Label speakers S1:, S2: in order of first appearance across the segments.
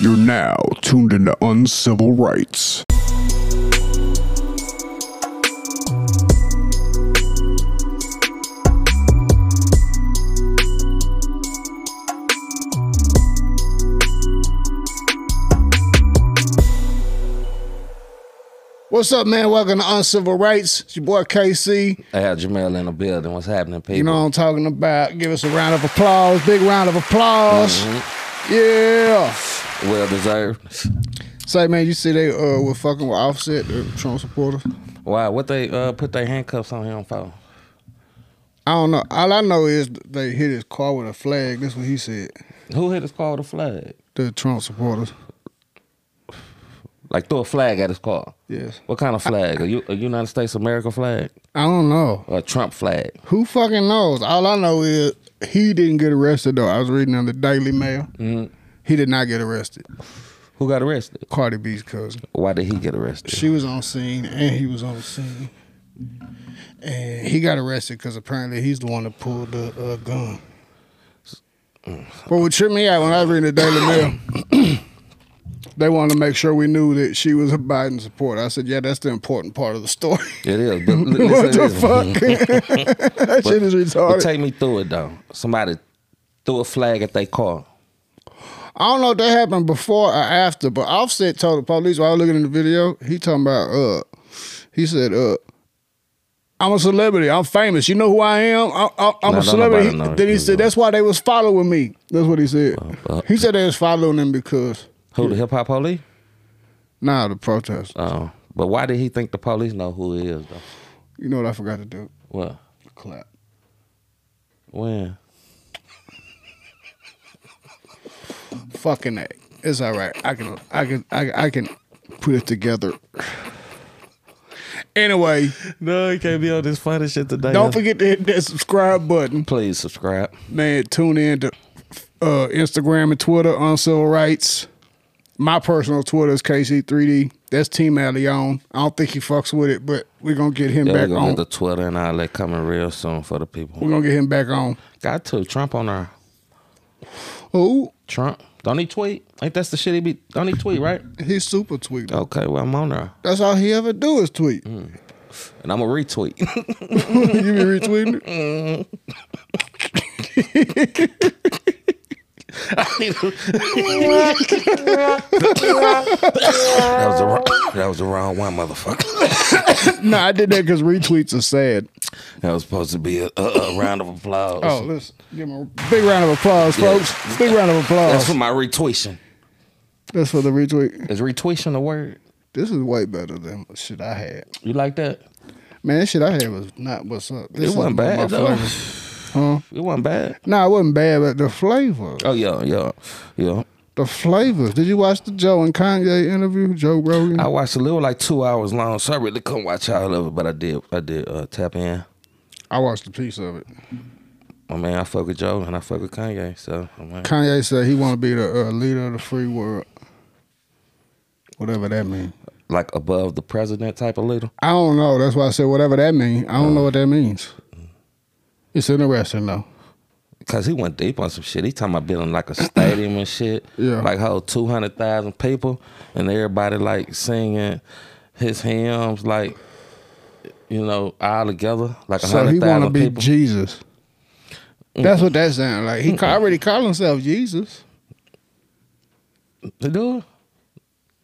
S1: You're now tuned into Uncivil Rights.
S2: What's up, man? Welcome to Uncivil Rights. It's your boy KC.
S3: I had Jamel in the building. What's happening, people?
S2: You know what I'm talking about. Give us a round of applause. Big round of applause. Yeah.
S3: well deserved.
S2: Say, man, you see they uh, were fucking with Offset, the Trump supporters.
S3: Why? What they uh, put their handcuffs on him for?
S2: I don't know. All I know is they hit his car with a flag. That's what he said.
S3: Who hit his car with a flag?
S2: The Trump supporters.
S3: Like threw a flag at his car.
S2: Yes.
S3: What kind of flag? A, U- a United States of America flag
S2: I don't know.
S3: or a Trump flag?
S2: Who fucking knows? All I know is he didn't get arrested though. I was reading on the Daily Mail. He did not get arrested.
S3: Who got arrested?
S2: Cardi B's cousin.
S3: Why did he get arrested?
S2: She was on scene and he was on scene. And he got arrested because apparently he's the one that pulled the uh, gun. But what tripped me out when I was reading the Daily Mail, they wanted to make sure we knew that she was a Biden supporter. I said, yeah, that's the important part of the story.
S3: It is. But li- listen
S2: what
S3: to
S2: the
S3: this. Mm-hmm.
S2: fuck? that shit is
S3: But
S2: retarded.
S3: take me through it though. Somebody threw a flag at their car.
S2: I don't know if that happened before or after, but Offset told the police while I was looking at the video, he talking about uh he said, uh, I'm a celebrity. I'm famous. You know who I am? I, I, I'm
S3: No,
S2: a
S3: don't nobody
S2: celebrity.
S3: know
S2: He-
S3: who
S2: Then he
S3: you
S2: said,
S3: are.
S2: that's why they was following me. That's what he said.
S3: uh,
S2: he said they was following him because,
S3: Who the hip hop police?
S2: nah, the protest.
S3: Oh, but why did he think the police know who he is though?
S2: You know what I forgot to do?
S3: What?
S2: Clap.
S3: When?
S2: Fucking A. It's all right. I can, I can, I, I can put it together. anyway,
S3: No, he can't be on this funny shit today.
S2: don't forget to hit that subscribe button.
S3: Please subscribe.
S2: Man, tune in to uh, Instagram and Twitter on civil rights. My personal Twitter is KC3D. That's Team Allion. I don't think he fucks with it, but we're gonna get him
S3: Yeah, we're
S2: back
S3: gonna
S2: on.
S3: get the Twitter and all that coming real soon for the people.
S2: we're gonna get him back on.
S3: Got to Trump on our
S2: Oh,
S3: Trump. Don't he tweet? Ain't that's the shit he be? Don't he tweet right?
S2: he's super tweeting.
S3: Okay, well I'm on there,
S2: That's all he ever do is tweet.
S3: Mm. and I'm gonna retweet.
S2: you be retweeting it?
S3: that was the wrong, that was the wrong one, motherfucker.
S2: No, I did that because retweets are sad.
S3: That was supposed to be a, a, a round of applause.
S2: Oh, let's give him a big round of applause,
S3: Yeah.
S2: folks. Big round of applause.
S3: that's for my retweeting.
S2: That's for the retweet.
S3: Is retweeting a word?
S2: This is way better than what shit I had.
S3: You like that?
S2: Man, that shit I had was not what's up. This
S3: it wasn't
S2: is my
S3: bad though.
S2: flavor. Huh?
S3: It wasn't bad.
S2: No, it wasn't bad, but the flavor.
S3: Oh yeah, yeah, yeah.
S2: The flavors. Did you watch the Joe and Kanye interview? Joe Rogan.
S3: I watched a little like two hours long, so I really couldn't watch all of it, but I did. I did uh, tap in.
S2: I watched a piece of it.
S3: My man, I fuck with Joe and I fuck with Kanye. So I'm like,
S2: Kanye said he want to be the uh, leader of the free world. Whatever that means.
S3: like above the president type of leader.
S2: I don't know. That's why I said whatever that means. I don't know what that means. It's interesting though.
S3: Cause he went deep on some shit. He talking about building like a stadium and shit.
S2: Yeah.
S3: Like whole two hundred thousand people and everybody like singing his hymns like you know, all together. Like a
S2: So he want
S3: hundred
S2: to
S3: thousand
S2: be
S3: people.
S2: Jesus. That's what that sounds like. He ca- already called himself Jesus.
S3: the dude?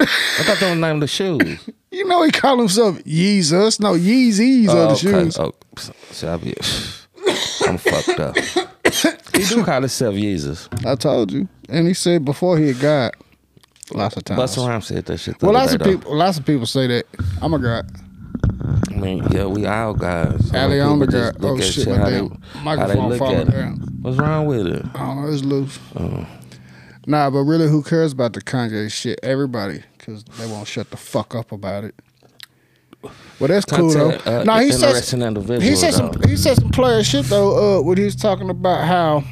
S3: I thought they were named the shoes.
S2: You know he called himself Jesus. No, Yeezys are the shoes.
S3: Oh, so I be, I'm fucked up. he do call himself Jesus.
S2: I told you. And he said before he had God, lots of times.
S3: Busta Rhymes said that shit. the
S2: Well,
S3: other
S2: lots of
S3: day, though.
S2: people, lots of people say that I'm a god.
S3: I mean, yeah, we all guys. Some
S2: Alley
S3: people
S2: on the
S3: just
S2: god.
S3: look
S2: Oh
S3: at
S2: shit,
S3: how
S2: my
S3: they-
S2: damn
S3: how they
S2: microphone
S3: look
S2: falling
S3: at it.
S2: down.
S3: What's wrong with it?
S2: Oh, it's loose. Nah, but really, who cares about the Kanye shit? Everybody, because they won't shut the fuck up about it. Well, that's cool though.
S3: Contact, uh,
S2: nah, he says
S3: interesting individual,
S2: he said some
S3: though.
S2: he said some player shit though. Uh, when he was talking about how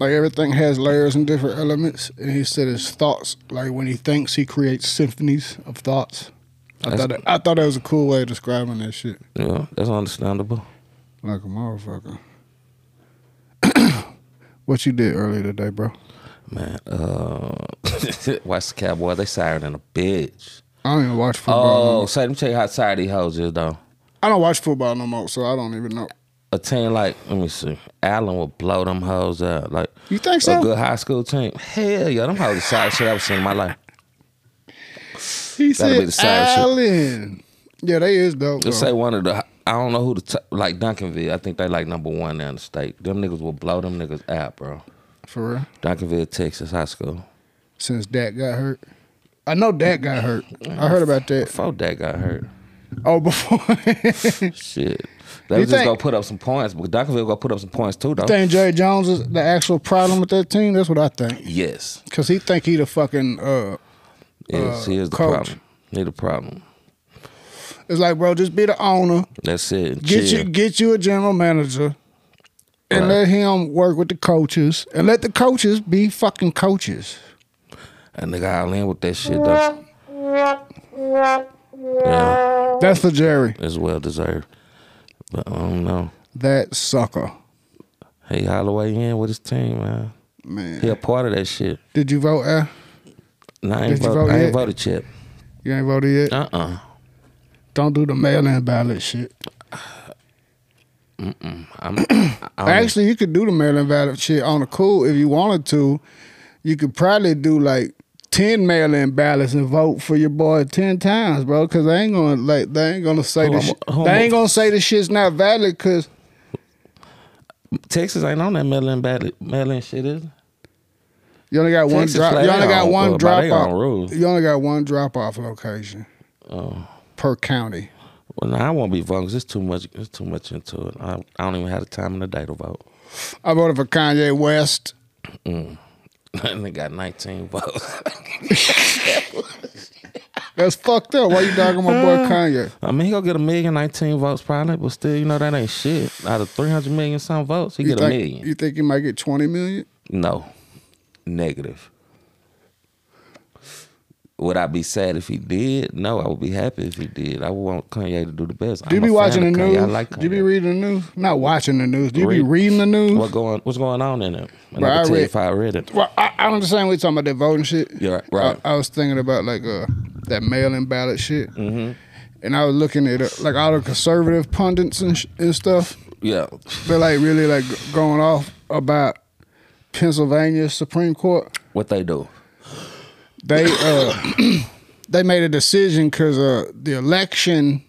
S2: like everything has layers and different elements, and he said his thoughts. Like when he thinks, he creates symphonies of thoughts. I
S3: That's-
S2: thought that, I thought that was a cool way of describing that shit.
S3: Yeah, that's understandable.
S2: Like a motherfucker. what you did earlier today, bro?
S3: Man, uh, watch the Cowboy. They sired in a bitch.
S2: I don't even watch football. no
S3: Oh,
S2: more.
S3: say let me tell you how tired these hoes is though.
S2: I don't watch football no more, so I don't even know.
S3: A team like let me see, Allen will blow them hoes out. Like
S2: You think
S3: a
S2: so?
S3: good high school team. Hell yeah, them hoes the side shit I ever seen in my life.
S2: He
S3: That'll be
S2: said
S3: the sad shit.
S2: Allen. Yeah, they is dope.
S3: Let's say
S2: though.
S3: one of the I don't know who the t- like Duncanville. I think they like number one down the state. Them niggas will blow them niggas out, bro.
S2: For real.
S3: Duncanville, Texas high school.
S2: Since Dak got hurt. I know Dak got hurt. I heard about that.
S3: Before that got hurt.
S2: Oh, before. you
S3: Shit. They
S2: You
S3: was just
S2: think-
S3: gonna put up some points, but Duncanville gonna put up some points too though.
S2: think Jerry Jones is the actual problem with that team? That's what I think.
S3: yes.
S2: Cause he think he the fucking. uh
S3: Yes,
S2: Uh,
S3: he is the
S2: coach.
S3: problem. He the problem.
S2: It's like, bro, just be the owner.
S3: That's it.
S2: Get
S3: Chill.
S2: you get you a general manager. And
S3: Right.
S2: let him work with the coaches, and let the coaches be fucking coaches.
S3: And they got all in with that shit though. Yeah,
S2: That's for Jerry.
S3: it's well deserved. But I don't know.
S2: That sucker,
S3: He Holloway in with his team, man.
S2: man.
S3: He a part of that shit.
S2: Did you vote? Al?
S3: And I
S2: Did
S3: ain't,
S2: you
S3: vote,
S2: vote
S3: I
S2: yet?
S3: ain't voted yet.
S2: You ain't voted yet.
S3: Uh uh
S2: Don't do the mail-in ballot shit.
S3: I'm, I'm
S2: Actually, you could do the mail-in ballot shit on the cool if you wanted to. You could probably do like ten mail-in ballots and vote for your boy ten times, bro. Because they ain't gonna like they ain't gonna say
S3: Who
S2: the
S3: I'm-
S2: shit.
S3: who
S2: They
S3: I'm-
S2: ain't gonna say the shit's not valid because
S3: Texas ain't on that melon ballot melon shit, is it?
S2: you only got one
S3: Texas
S2: drop.
S3: play
S2: You
S3: their
S2: only got
S3: own-
S2: one
S3: by
S2: drop
S3: their own
S2: off.
S3: rules. Oh.
S2: You only got one drop off location per county.
S3: Well, nah, I won't be voting 'cause it's too much. It's too much into it. I, I don't even have the time in the day to vote.
S2: I voted for Kanye West.
S3: and they got 19 votes.
S2: That's fucked up. Why you dogging my boy Kanye?
S3: I mean, he gonna get a million, 19 votes probably, but still, you know that ain't shit. Out of three hundred million some votes, he
S2: You
S3: get a
S2: think,
S3: million.
S2: You think he might get twenty million?
S3: No. Negative. Would I be sad if he did? No, I would be happy if he did. I would want Kanye to do the best.
S2: Do you
S3: I'm a
S2: be
S3: fan
S2: watching the
S3: of
S2: news?
S3: Kanye. I like Kanye.
S2: Do you be reading the news? Not watching the news. Do you be
S3: Read-
S2: reading the news?
S3: what going what's going on in it? And
S2: Bro,
S3: I
S2: I
S3: can tell
S2: read-
S3: you if I read it.
S2: Well, I, I understand we talking about that voting shit.
S3: Yeah, right, right.
S2: I, I was thinking about like uh that mail-in ballot shit,
S3: Mm-hmm.
S2: and I was looking at uh, like all the conservative pundits and, sh- and stuff.
S3: Yeah.
S2: They're like really like g- going off about Pennsylvania Supreme Court.
S3: What they do.
S2: They uh they made a decision because uh the election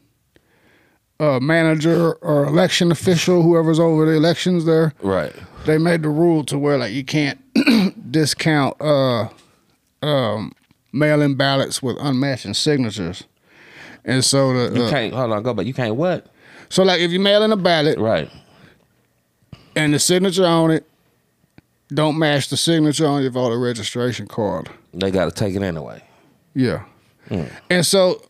S2: uh manager or election official, whoever's over the elections there,
S3: Right.
S2: they made the rule to where like you can't discount uh um mail-in ballots with unmatching signatures and so the
S3: You
S2: uh,
S3: can't hold on, go back. You can't what?
S2: so like if you mail in a ballot
S3: Right.
S2: and the signature on it don't match the signature on your voter registration card
S3: They gotta take it anyway.
S2: yeah and so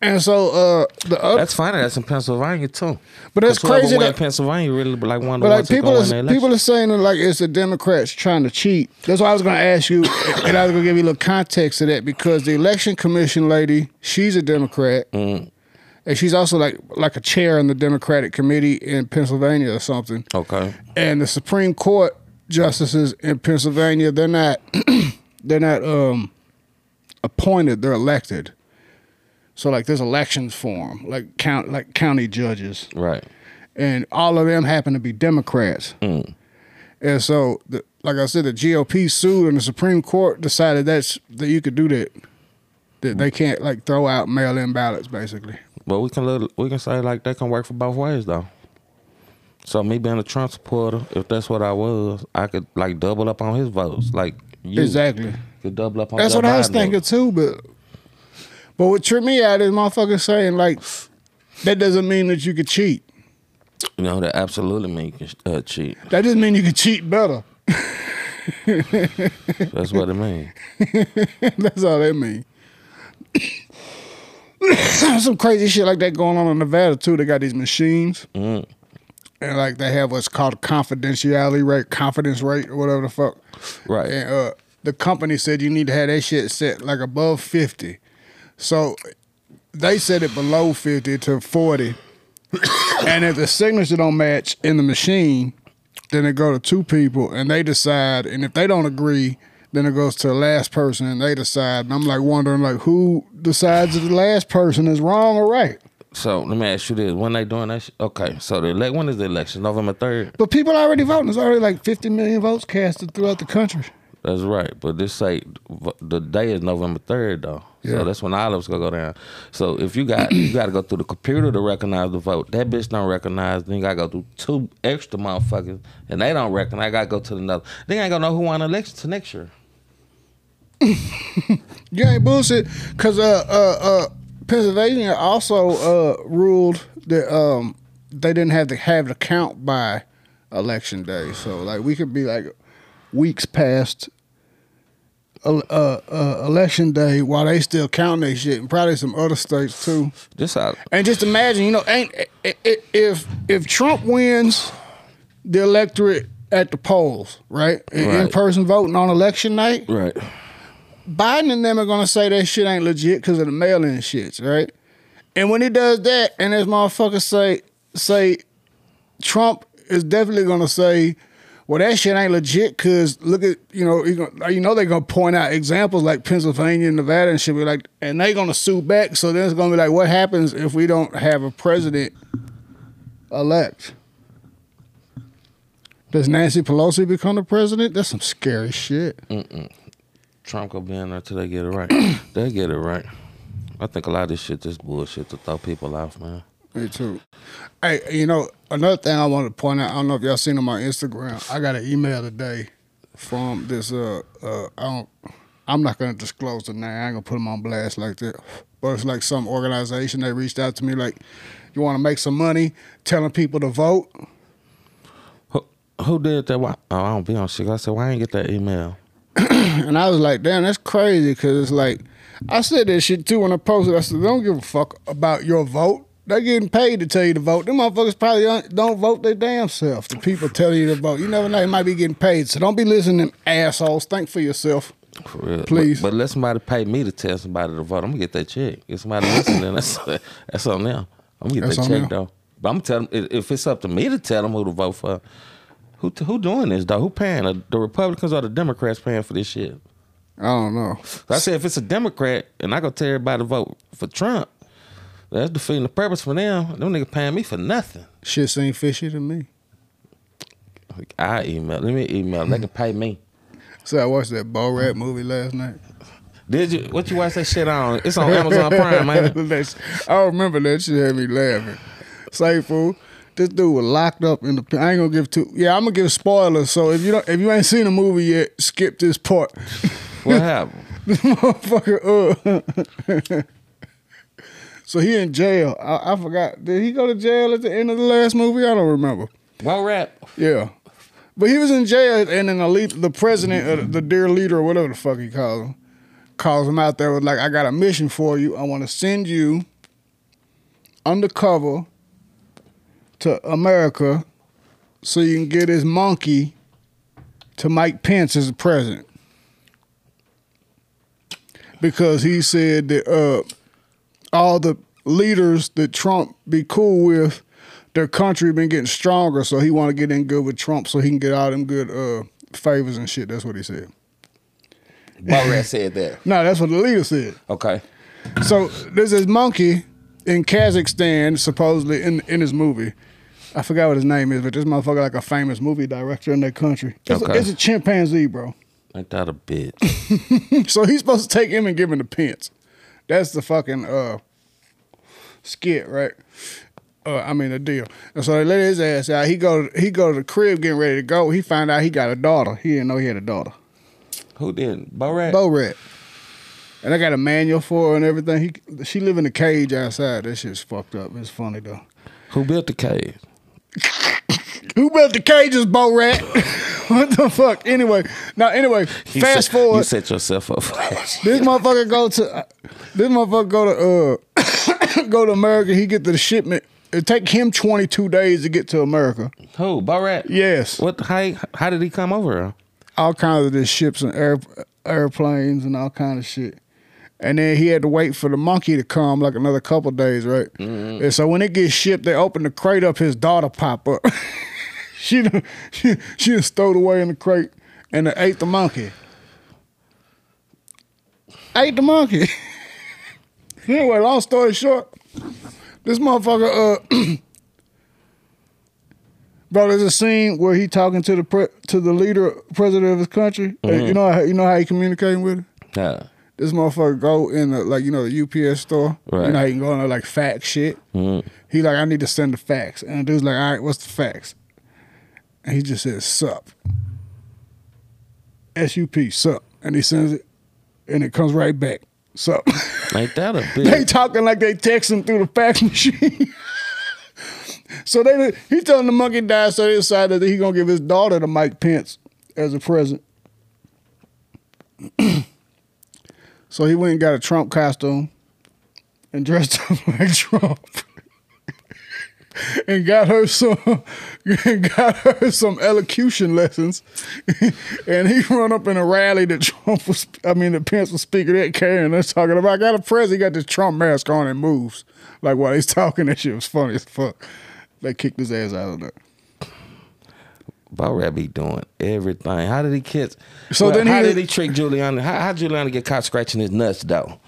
S2: and so uh the other
S3: Hmm. That's fine. That's in Pennsylvania too.
S2: But that's
S3: 'Cause whoever
S2: crazy
S3: win
S2: that-
S3: Pennsylvania really like one of the
S2: But like
S3: ones
S2: people
S3: that go in
S2: is,
S3: the election.
S2: people are saying that like it's the Democrats trying to cheat. That's why I was gonna ask you, and I was gonna give you a little context to that because the election commission lady, she's a Democrat,
S3: Hmm.
S2: and she's also like like a chair in the Democratic committee in Pennsylvania or something.
S3: okay.
S2: And the Supreme Court justices in Pennsylvania, they're not they're not um appointed, they're elected. So like there's elections for them, like count like county judges
S3: Right.
S2: and all of them happen to be Democrats. And so, the, like I said, the GOP sued, and the Supreme Court decided that's that you could do that. That they can't like throw out mail-in ballots, basically.
S3: But we can look, we can say like that can work for both ways though. So me being a Trump supporter, if that's what I was, I could like double up on his votes. Like you
S2: Exactly.
S3: could double up on.
S2: That's
S3: Joe
S2: what I was
S3: Biden's
S2: thinking
S3: votes.
S2: too. But but what tripped me out is motherfuckers saying like that doesn't mean that you could cheat.
S3: You know that absolutely mean you can, uh, cheat.
S2: That just mean you could cheat better.
S3: That's what it mean.
S2: That's all that mean. Some crazy shit like that going on in Nevada too. They got these machines, and like they have what's called confidentiality rate, confidence rate, or whatever the fuck.
S3: Right.
S2: And uh, the company said you need to have that shit set like above fifty, so they set it below fifty to forty. and if the signature don't match in the machine, then they go to two people and they decide. And if they don't agree, Then it goes to the last person and they decide. And I'm like wondering like who decides if the last person is wrong or right.
S3: So let me ask you this: When they doing that? Sh- okay, so the elect when is the election? November third.
S2: But people already voting. There's already like 50 million votes casted throughout the country.
S3: That's right. But this say v- the day is November third though.
S2: Yeah.
S3: So that's when all of us gonna go down. So if you got you gotta go through the computer to recognize the vote. That bitch don't recognize. Then you gotta go through two extra motherfuckers, and they don't recognize. I gotta go to another. Then I ain't gonna know who won the election to next year.
S2: You ain't bullshit, cause uh uh uh Pennsylvania also uh ruled that um they didn't have to have the count by election day, so like we could be like weeks past uh, uh, uh election day while they still counting their shit, and probably some other states too.
S3: This how
S2: And just imagine, you know, ain't i- i- if if Trump wins the electorate at the polls, right, in
S3: Right.
S2: person voting on election night,
S3: right.
S2: Biden and them are gonna say that shit ain't legit because of the mail-in shits, right? And when he does that, and this motherfucker say say Trump is definitely gonna say, well, that shit ain't legit because look at you know you, gonna, you know they gonna point out examples like Pennsylvania and Nevada and shit. Be like, and they gonna sue back. So then it's gonna be like, what happens if we don't have a president elect? Does Nancy Pelosi become the president? That's some scary shit.
S3: Trump gonna be in there till they get it right. they get it right. I think a lot of this shit just bullshit to throw people off, man.
S2: Me too. Hey, you know, another thing I wanted to point out, I don't know if y'all seen on my Instagram, I got an email today from this uh uh I don't I'm not gonna disclose the name, I ain't gonna put them on blast like that. But it's like some organization they reached out to me like, You wanna make some money telling people to vote?
S3: Who, who did that? Why? Oh, I don't be on shit. I said, why I ain't get that email?
S2: And I was like, damn, that's crazy because it's like, I said that shit too when I posted. I said, they don't give a fuck about your vote. They getting paid to tell you to vote. Them motherfuckers probably don't, don't vote their damn self. The people tell you to vote. You never know. They might be getting paid. So don't be listening, to them assholes. Think for yourself.
S3: For real. But-
S2: Please.
S3: But, let somebody pay me to tell somebody to vote. I'm gonna get that check. If somebody listening, that's that's on them. I'm gonna get
S2: That's
S3: that
S2: on
S3: check
S2: them.
S3: though. But I'm telling if if it's up to me to tell them who to vote for, who who doing this though? Who paying? Uh, The- The Republicans or the Democrats paying for this shit?
S2: I don't know.
S3: So I said, if it's a Democrat and I go tell everybody to vote for Trump, that's defeating the purpose for them. Them niggas paying me for nothing.
S2: Shit seem fishy to me.
S3: Like, I email. Let me email. They can pay me.
S2: So I watched that Bo Rat movie last night.
S3: Did you? What you watch that shit on? It's on Amazon Prime, man.
S2: That's- I remember that shit had me laughing. Say fool. This dude was locked up in the. pen- I ain't gonna give two. Yeah, I'm gonna give spoilers. So if you don't, if you ain't seen the movie yet, skip this part.
S3: What happened?
S2: this motherfucker. Uh. so he in jail. I, I forgot. Did he go to jail at the end of the last movie? I don't remember.
S3: Well, rap.
S2: Yeah. But he was in jail, and then the, lead, the president, or the dear leader, or whatever the fuck he calls him, calls him out there with like, "I got a mission for you. I want to send you undercover to America, so you can get his monkey to Mike Pence as a president." Because he said that uh, all the leaders that Trump be cool with, their country been getting stronger, so he want to get in good with Trump so he can get all them good uh, favors and shit. That's what he said.
S3: Borat said that.
S2: No, that's what the leader said.
S3: Okay.
S2: So there's this monkey in Kazakhstan, supposedly in in his movie. I forgot what his name is, but this motherfucker like a famous movie director in that country. It's, a,
S3: Okay.
S2: it's a chimpanzee, bro.
S3: Ain't that a bitch?
S2: So he's supposed to take him and give him the pence. That's the fucking uh skit, right? Uh, I mean the deal. And so they let his ass out. He go he go to the crib getting ready to go. He find out he got a daughter. He didn't know he had a daughter.
S3: Who didn't? Borat?
S2: Bo rat. And I got a manual for her and everything. He she live in a cage outside. That shit's fucked up. It's funny though.
S3: Who built the cave?
S2: Who built the cages, Bo Rat? what the fuck? Anyway, now anyway,
S3: You
S2: fast
S3: set- You
S2: forward.
S3: set yourself up for that.
S2: This motherfucker go to this motherfucker go to uh go to America. He get the shipment. It take him twenty two days to get to America.
S3: Who? Borat?
S2: Yes,
S3: What? How, how did he come over?
S2: all kinds of this ships and air, airplanes and all kind of shit. And then he had to wait for the monkey to come like another couple days, right? And so when it gets shipped, they open the crate up. His daughter pop up. she done, she she done stowed away in the crate and they ate the monkey. ate the monkey. anyway, long story short, this motherfucker, uh, bro, there's a scene where he talking to the pre- to the leader, president of his country. Uh, you know, how, you know how he communicating with her.
S3: Yeah.
S2: This motherfucker go in the like you know the UPS store.
S3: Right.
S2: You know how you can go in there like fax shit. He like I need to send the fax, and the dude's like, all right, what's the fax? And he just says sup. S U P sup, and he sends it, and it comes right back sup.
S3: Ain't that a
S2: they
S3: bitch?
S2: talking like they texting through the fax machine. so they he telling the monkey died, so they decided that he gonna give his daughter to Mike Pence as a present. so he went and got a Trump costume and dressed up like Trump. And got her some, and got her some elocution lessons, and he run up in a rally that Trump was, I mean, the Pence was speaking at, Karen. They're talking about, I got a president, he got this Trump mask on and moves. Like while he's talking, that shit was funny as fuck. They kicked his ass out of there.
S3: Bo Rat be doing everything. How did he catch?
S2: So
S3: So
S2: then
S3: then how
S2: he-
S3: did he trick Giuliani? How how Giuliani get caught scratching his nuts though?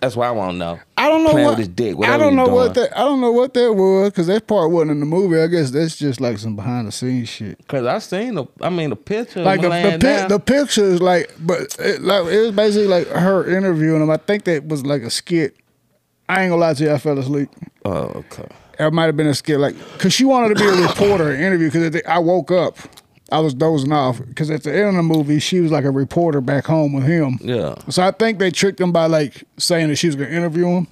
S3: That's what I want to know.
S2: I don't know
S3: Playing
S2: what
S3: with his dick.
S2: I
S3: whatever
S2: don't
S3: he
S2: know what
S3: doing.
S2: that I don't know what that was because that part wasn't in the movie. I guess that's just like some behind the scenes shit.
S3: Cause I seen the, I mean the picture.
S2: Like the the, pi-
S3: the,
S2: the picture is like, but it, like it was basically like her interviewing him. I think that was like a skit. I ain't gonna lie to you, I fell asleep.
S3: Oh, okay.
S2: It might have been a skit, like, cause she wanted to be a reporter and interview. Cause at the- I woke up, I was dozing off. Cause at the end of the movie, she was like a reporter back home with him.
S3: Yeah.
S2: So I think they tricked him by like saying that she was gonna interview him.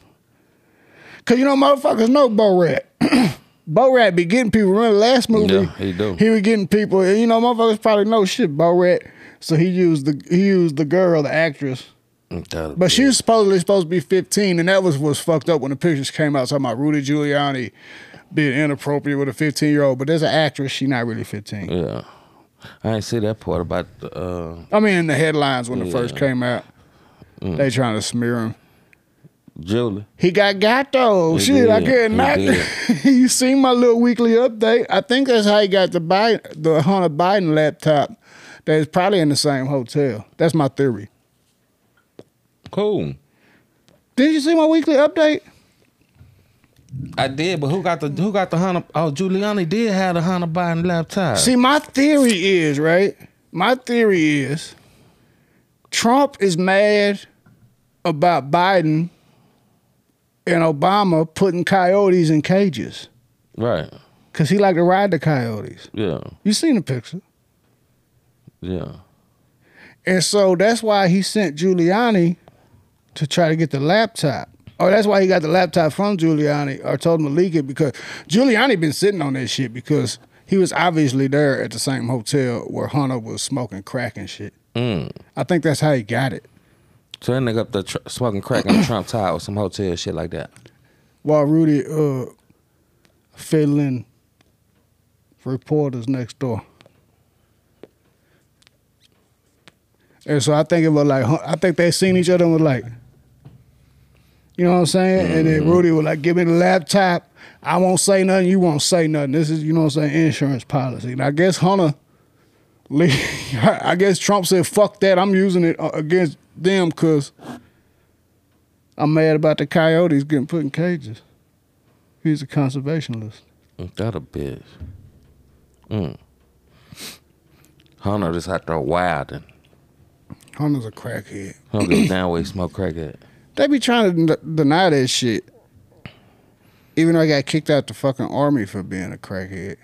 S2: Cause you know, motherfuckers know Bo Rat. Bo Rat be getting people. Remember the last movie?
S3: Yeah, he do.
S2: He was getting people, and you know, motherfuckers probably know shit Bo Rat. So he used the he used the girl, the actress.
S3: That-
S2: But she was supposedly supposed to be 15, and that was what's fucked up when the pictures came out talking about Rudy Giuliani being inappropriate with a 15 year old. But there's an actress, she not really 15.
S3: Yeah. I ain't see that part about the. Uh,
S2: I mean, in the headlines when it first
S3: Yeah. Mm.
S2: came out, they trying to smear him.
S3: Julie.
S2: He got got though.
S3: He
S2: Shit, I
S3: did.
S2: could
S3: He
S2: not.
S3: did.
S2: you seen my little weekly update? I think that's how he got the Biden, the Hunter Biden laptop. That is probably in the same hotel. That's my theory.
S3: Cool.
S2: Did you see my weekly update?
S3: I did, but who got the who got the Hunter? Oh, Giuliani did have the Hunter Biden laptop.
S2: See, my theory is right. My theory is Trump is mad about Biden and Obama putting coyotes in cages
S3: right?
S2: because he like to ride the coyotes.
S3: Yeah,
S2: You seen the picture,
S3: yeah.
S2: and so that's why he sent Giuliani to try to get the laptop. Or that's why he got the laptop from Giuliani, or told him to leak it because Giuliani been sitting on that shit because he was obviously there at the same hotel where Hunter was smoking crack and shit.
S3: Mm.
S2: I think that's how he got it.
S3: So that nigga up there tr- smoking crack on Trump Tower, or some hotel shit like that.
S2: While Rudy uh fiddling reporters next door. And so I think it was like huh, I think they seen each other and was like, you know what I'm saying? And then Rudy was like, "Give me the laptop. I won't say nothing. You won't say nothing. This is you know what I'm saying? Insurance policy." And I guess Hunter, le- I guess Trump said, "Fuck that. I'm using it uh, against them because I'm mad about the coyotes getting put in cages." He's a conservationist.
S3: Ain't That a bitch. Mm. Hunter just out there wilding.
S2: Hunter's a crackhead.
S3: He don't give a damn where he smoke crack at.
S2: They be trying to d- deny that shit. Even though I got kicked out the fucking army for being a crackhead.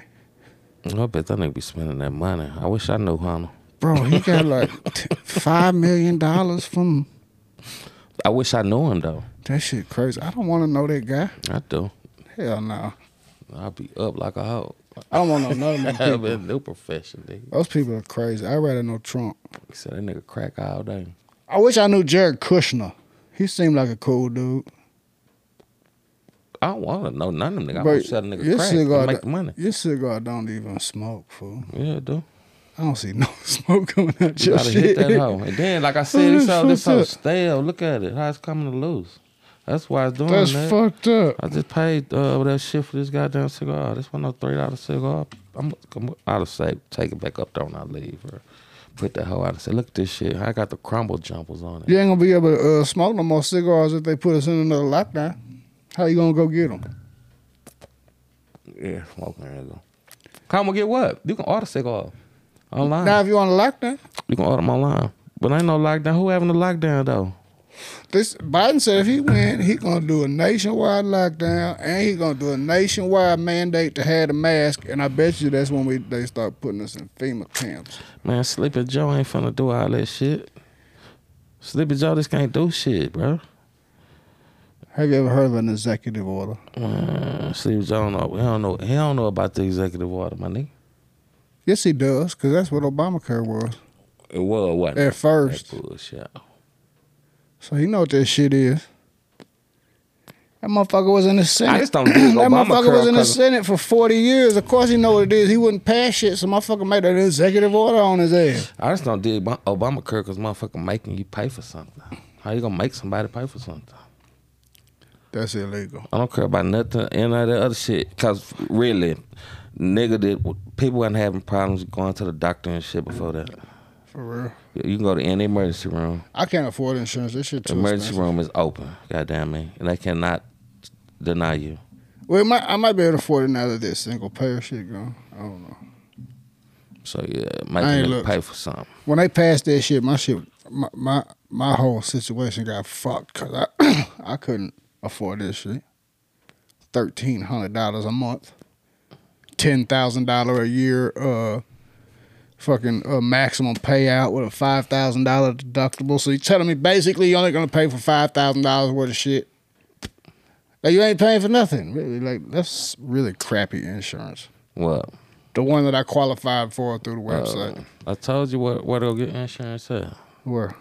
S3: I bet that nigga be spending that money. I wish I knew Hunter.
S2: Bro, he got like t- $5 million dollars from.
S3: I wish I knew him though.
S2: That shit crazy. I don't want to know that guy.
S3: I do.
S2: Hell no.
S3: I'll be up like a hoe.
S2: I don't want to know none of them
S3: I've
S2: people.
S3: been new profession, nigga.
S2: Those people are crazy. I'd rather know Trump.
S3: He said that nigga crack all day.
S2: I wish I knew Jared Kushner. He seemed like a cool dude.
S3: I don't want to know none of them nigga. I'm
S2: But
S3: gonna sell a nigga
S2: your
S3: crack
S2: cigar
S3: and make
S2: don't-
S3: the money.
S2: Your cigar don't even smoke, fool.
S3: Yeah, dude.
S2: I don't see no smoke coming out
S3: You
S2: your
S3: gotta hit
S2: shit.
S3: that hoe. And then, like I said, this
S2: That's
S3: hoe, this
S2: fucked
S3: hoe
S2: up.
S3: stale. Look at it. How it's coming to loose. That's why it's doing
S2: That's
S3: that.
S2: fucked up.
S3: I just paid uh, that shit for this goddamn cigar. This one no three dollar cigar. I'm, I'm out of shape. Take it back up there when I leave. Bro. Put that hoe out and said, look at this shit. I got the crumble jumpers on it.
S2: You ain't gonna be able to uh, smoke no more cigars if they put us in another lockdown. How you gonna go get them?
S3: Yeah, smoking regular. Come and get what? You can order cigar online.
S2: Now, if you on a lockdown,
S3: You can order them online. But ain't no lockdown. Who having a lockdown though?
S2: this Biden said if he win, he gonna do a nationwide lockdown and he gonna do a nationwide mandate to have the mask. And I bet you that's when we they start putting us in FEMA camps.
S3: Man, Sleepy Joe ain't finna do all that shit. Sleepy Joe just can't do shit, bro.
S2: Have you ever heard of an executive order?
S3: Man, Sleepy Joe don't know. He don't know. He don't know about the executive order, my nigga.
S2: Yes, he does, because that's what Obamacare was
S3: It was what?
S2: at first.
S3: That bullshit.
S2: So he know what that shit is. That motherfucker was in the Senate.
S3: just don't dig
S2: that
S3: Obamacare
S2: motherfucker was in the
S3: 'cause-
S2: Senate for forty years. Of course, he know what it is. He wouldn't pass shit, so motherfucker made an executive order on his ass.
S3: I just don't dig Ob- Obamacare because motherfucker making you pay for something. How you gonna make somebody pay for something?
S2: That's illegal.
S3: I don't care about nothing and all that other shit. Cause really, nigga, did people wasn't having problems going to the doctor and shit before that.
S2: For real.
S3: You can go to any emergency room.
S2: I can't afford insurance. This shit
S3: The
S2: too
S3: emergency
S2: expensive.
S3: room is open. Goddamn me, and they cannot deny you.
S2: Well, it might, I might be able to afford it now that this single payer shit gone. I don't know.
S3: So yeah,
S2: I ain't
S3: making them
S2: looked.
S3: pay for something.
S2: When they passed that shit, my shit, my my, my whole situation got fucked because I I couldn't afford this shit. Thirteen hundred dollars a month, ten thousand dollar a year, uh, fucking uh, maximum payout with a five thousand dollar deductible. So you telling me basically you're only gonna pay for five thousand dollars worth of shit? Like you ain't paying for nothing, really. Like that's really crappy insurance.
S3: What?
S2: The one that I qualified for through the website.
S3: Uh, I told you where, where to go get insurance at.
S2: Where?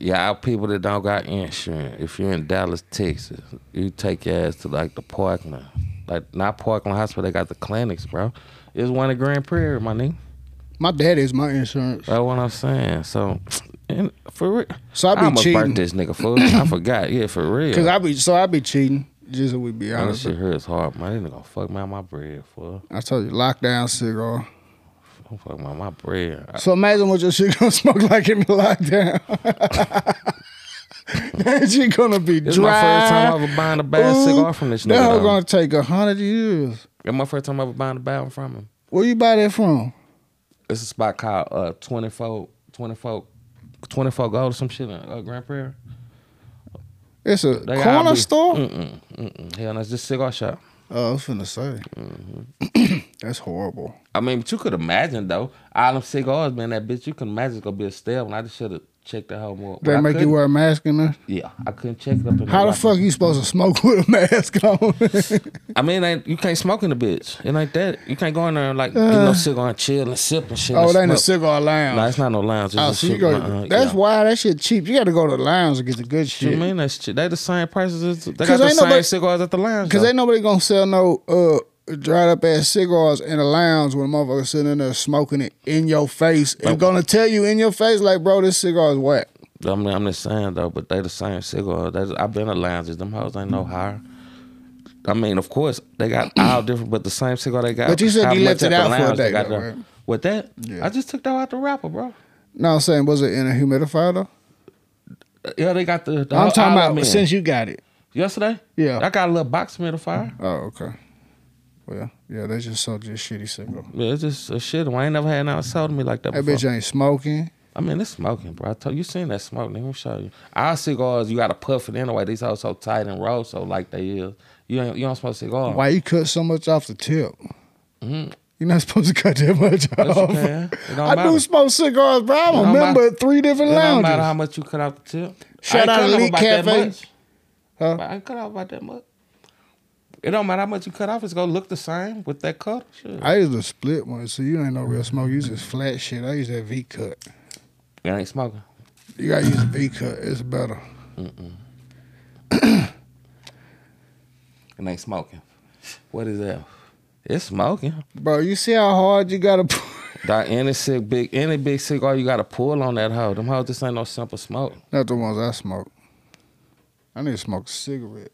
S3: Yeah, our people that don't got insurance. If you're in Dallas, Texas, you take your ass to like the Parkland, like not Parkland Hospital. They got the clinics, bro. It's one at Grand Prairie, my nigga.
S2: My dad is my insurance.
S3: That's what I'm saying. So, and for real,
S2: So I be
S3: I almost
S2: cheating.
S3: burnt this nigga fool. I forgot. Yeah, for real.
S2: Cause I be so I be cheating. Just so we be
S3: Man,
S2: honest.
S3: this shit hurts hard, man. This nigga gonna fuck me out my bread, fool.
S2: I told you lockdown cigar.
S3: Don't fuck me out my bread. I-
S2: So imagine what your shit gonna smoke like in the lockdown. that shit gonna be
S3: This is
S2: dry.
S3: my first time ever buying a bad
S2: Ooh,
S3: cigar from this
S2: That
S3: nigga.
S2: hoe
S3: though.
S2: gonna take a hundred years.
S3: It's my first time ever buying a bad one from him.
S2: Where you buy that from?
S3: It's a spot called uh, 24, 24, 24 Gold or some shit in uh, Grand Prairie.
S2: It's a
S3: They got Mm.
S2: corner
S3: Albi-
S2: store.
S3: Mm-mm, mm-mm. Hell no, it's just a cigar shop.
S2: Oh, I was finna say.
S3: Mm-hmm.
S2: That's horrible.
S3: I mean, but you could imagine, though. All them cigars, man, that bitch, you can imagine it's going to be a stale, and I just should have checked the whole more.
S2: They
S3: But I
S2: make you
S3: couldn't.
S2: wear a mask in there.
S3: Yeah, I couldn't check it up. In
S2: How the
S3: locker.
S2: fuck you supposed to smoke with a mask on?
S3: I mean, it ain't, you can't smoke in the bitch. It ain't that. You can't go in there and like get no cigar and chill and sip and shit.
S2: Uh. oh, it
S3: and
S2: ain't a
S3: smoke.
S2: cigar lounge.
S3: No, it's not no lounge. It's
S2: Oh,
S3: just
S2: so you
S3: shit.
S2: go.
S3: Uh-uh,
S2: that's
S3: yeah.
S2: why that shit cheap. You got to go to the lounge to get the good
S3: What you
S2: shit.
S3: mean that shit? They the same prices. As, they got
S2: 'Cause
S3: the
S2: ain't
S3: same
S2: nobody-
S3: cigars at the lounge.
S2: Cause
S3: though.
S2: ain't nobody gonna sell no uh dried up ass cigars in a lounge when a motherfucker sitting in there smoking it in your face and gonna tell you in your face like, bro, this cigar is whack.
S3: I mean, I'm just saying though, but they the same cigar. They, I've been to lounges. Them hoes ain't no
S2: Mm.
S3: higher. I mean, of course they got all different, but the same cigar they got.
S2: But you said
S3: how
S2: you left
S3: much at
S2: it
S3: the
S2: out for a
S3: lounge they
S2: day,
S3: got
S2: though,
S3: there.
S2: right?
S3: With that,
S2: Yeah.
S3: I just took that out the wrapper, bro.
S2: No, I'm saying was it in a humidifier though?
S3: Yeah, they got the. the
S2: I'm
S3: whole
S2: talking
S3: olive
S2: about
S3: in.
S2: since you got it.
S3: yesterday.
S2: Yeah.
S3: I got a little box humidifier.
S2: Oh, okay. Well, yeah, they just sold you a shitty cigar.
S3: Yeah, it's just a shit. I ain't never had nothing sold to me like that
S2: That
S3: before.
S2: bitch ain't smoking.
S3: I mean, it's smoking, bro. I told you seen that smoke. Let me show you. Our cigars, you got to puff it anyway. These hoes so tight and raw, so like they is. You ain't, you don't smoke cigar.
S2: Oh. Why you cut so much off the tip? You're not supposed to cut that much off.
S3: can. It don't
S2: I do
S3: matter.
S2: smoke cigars, bro. I'm
S3: It
S2: a
S3: don't
S2: member
S3: matter.
S2: of three different
S3: It don't
S2: lounges.
S3: matter how much you cut out the tip.
S2: Shout
S3: I ain't
S2: out
S3: cut
S2: to
S3: off
S2: Elite
S3: about that
S2: Cafe.
S3: much.
S2: Huh?
S3: I ain't cut off about that much. It don't matter how much you cut off. It's gonna look the same with that cut. Shit.
S2: I used to split one, so you ain't no real smoke. You just flat shit. I use that V cut.
S3: It ain't smoking.
S2: You gotta use a V cut. It's better.
S3: It ain't smoking. What is that? It's smoking.
S2: Bro, you see how hard you gotta pull?
S3: Dog, any sick big, any big cigar you got to pull on that hoe. Them hoes just ain't no simple smoke.
S2: Not the ones I smoke. I need to smoke a cigarette.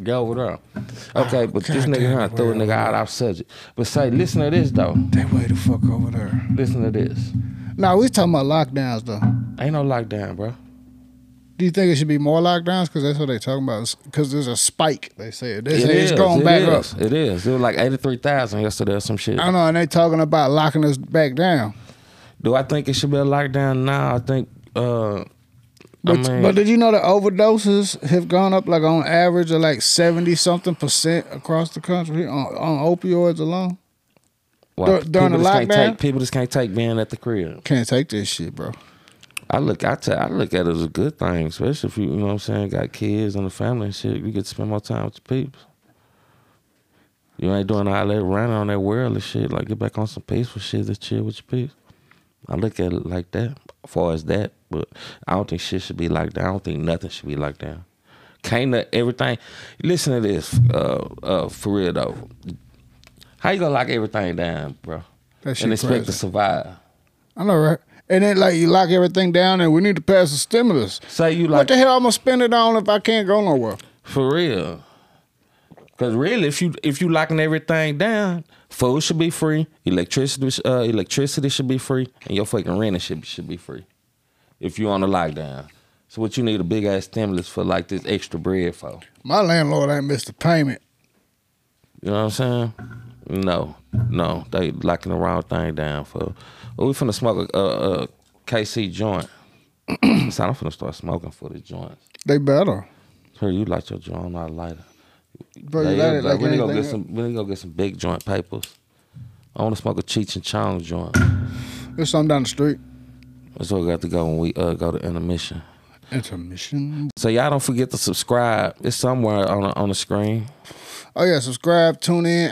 S3: Get over there. Okay, but this
S2: God
S3: nigga
S2: damn
S3: here
S2: it,
S3: threw a
S2: Will.
S3: nigga out off subject. But say, listen to this though.
S2: They way the fuck over there.
S3: Listen to this.
S2: Nah, we was talking about lockdowns though.
S3: Ain't no lockdown, bro.
S2: Do you think it should be more lockdowns? Because that's what they talking about. Because there's a spike. They said they
S3: It
S2: say
S3: is,
S2: it's going
S3: it
S2: back
S3: is,
S2: up.
S3: It is. It was like eighty three thousand yesterday or some shit.
S2: I know, and they talking about locking us back down.
S3: Do I think it should be a lockdown now? I think. Uh,
S2: But,
S3: I mean,
S2: but did you know that overdoses have gone up like on average of like seventy something percent across the country on, on opioids alone?
S3: why
S2: dur- during the
S3: people just can't
S2: lockdown?
S3: take, people just can't take being at the crib.
S2: Can't take this shit, bro.
S3: I look, I tell, I look at it as a good thing, especially if you, you know what I'm saying, got kids and a family and shit. You get to spend more time with your peeps. You ain't doing all that running on that worldly shit. Like get back on some peaceful shit to chill with your peeps. I look at it like that, as far as that. But I don't think shit should be like that. I don't think nothing should be like that. Can't let everything. Listen to this, uh, uh, for real though. How you gonna lock everything down, bro?
S2: That shit
S3: and expect
S2: crazy.
S3: to survive.
S2: I know, right? And then like you lock everything down, and we need to pass a stimulus.
S3: Say you like
S2: what the hell I'm gonna spend it on if I can't go nowhere?
S3: For real. Cause really, if you if you locking everything down, food should be free, electricity sh- uh, electricity should be free, and your fucking rent and shit should be free. If you on a lockdown, so what you need a big ass stimulus for like this extra bread for?
S2: My landlord ain't missed a payment.
S3: You know what I'm saying? No, no, they locking the wrong thing down for. Oh, we finna smoke a, a, a KC joint. so I'm finna start smoking for the joints.
S2: They better,
S3: Here, you light your joint, I light it.
S2: bro.
S3: Like,
S2: you let
S3: yeah,
S2: it
S3: like,
S2: like
S3: we need to go
S2: anything
S3: get
S2: else.
S3: some. We need to go get some big joint papers. I want to smoke a Cheech and Chong joint.
S2: There's something down the street.
S3: That's what we got to go when we uh, go to intermission.
S2: Intermission.
S3: So y'all don't forget to subscribe. It's somewhere on the, on the screen.
S2: Oh yeah, subscribe, tune in,